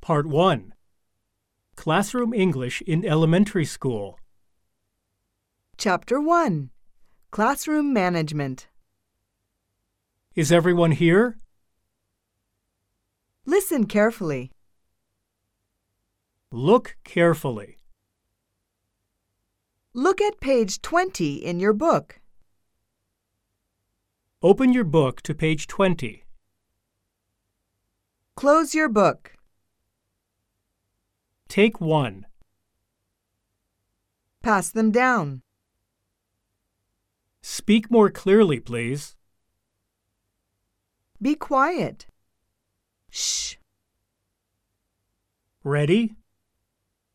Part 1 Classroom English in Elementary School. Chapter 1 Classroom Management. Is everyone here? Listen carefully. Look carefully. Look at page 20 in your book. Open your book to page 20. Close your book. Take 1. Pass them down. Speak more clearly, please. Be quiet. Shh. Ready?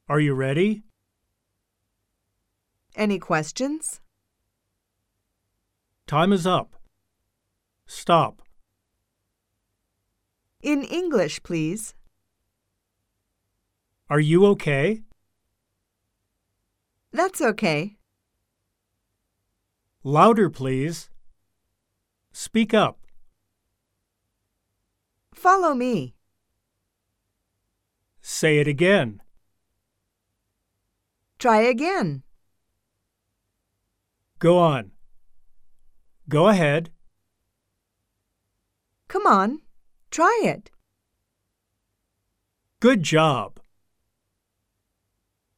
Are you ready? Any questions? Time is up. Stop. In English, please. Are you okay? That's okay. Louder, please. Speak up. Follow me. Say it again. Try again. Go on. Go ahead. Come on. Try it. Good job.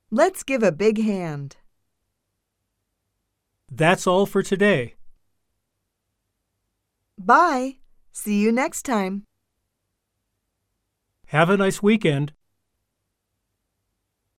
Let's give a big hand. That's all for today. Bye. See you next time. Have a nice weekend.